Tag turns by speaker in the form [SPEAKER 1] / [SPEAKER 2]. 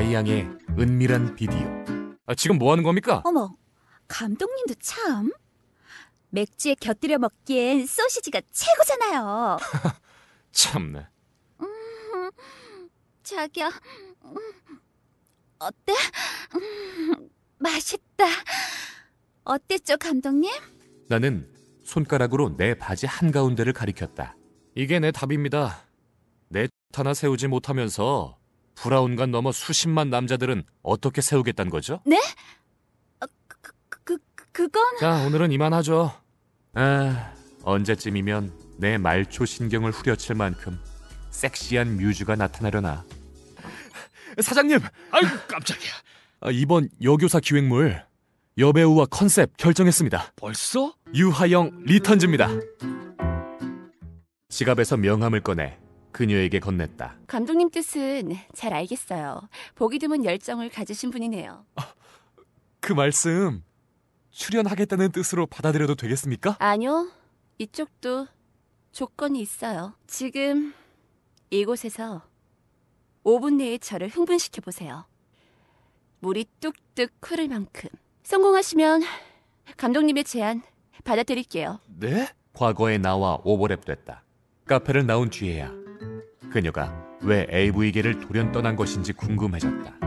[SPEAKER 1] Y양의 은밀한 비디오. 아, 지금 뭐 하는 겁니까?
[SPEAKER 2] 어머, 감독님도 참. 맥주에 곁들여 먹기엔 소시지가 최고잖아요.
[SPEAKER 1] 참네.
[SPEAKER 2] 자기야, 음, 어때? 음, 맛있다. 어땠죠, 감독님?
[SPEAKER 1] 나는 손가락으로 내 바지 한가운데를 가리켰다. 이게 내 답입니다. 내 X 하나 세우지 못하면서 브라운관 넘어 수십만 남자들은 어떻게 세우겠다는 거죠?
[SPEAKER 2] 그, 그, 그- 그건
[SPEAKER 1] 자, 오늘은 이만하죠. 아, 언제쯤이면 내 말초 신경을 후려칠 만큼 섹시한 뮤즈가 나타나려나. 사장님,
[SPEAKER 3] 아이고 깜짝이야.
[SPEAKER 1] 아, 이번 여교사 기획물 여배우와 컨셉 결정했습니다.
[SPEAKER 3] 벌써?
[SPEAKER 1] 유하영 리턴즈입니다. 지갑에서 명함을 꺼내 그녀에게 건넸다.
[SPEAKER 4] 감독님 뜻은 잘 알겠어요. 보기 드문 열정을 가지신 분이네요.
[SPEAKER 1] 그 말씀 출연하겠다는 뜻으로 받아들여도 되겠습니까?
[SPEAKER 4] 아니요, 이쪽도 조건이 있어요. 지금 이곳에서 5분 내에 저를 흥분시켜 보세요. 물이 뚝뚝 흐를 만큼. 성공하시면 감독님의 제안 받아들일게요.
[SPEAKER 1] 네? 과거에 나와 오버랩됐다. 카페를 나온 뒤에야 그녀가 왜 AV계를 돌연 떠난 것인지 궁금해졌다.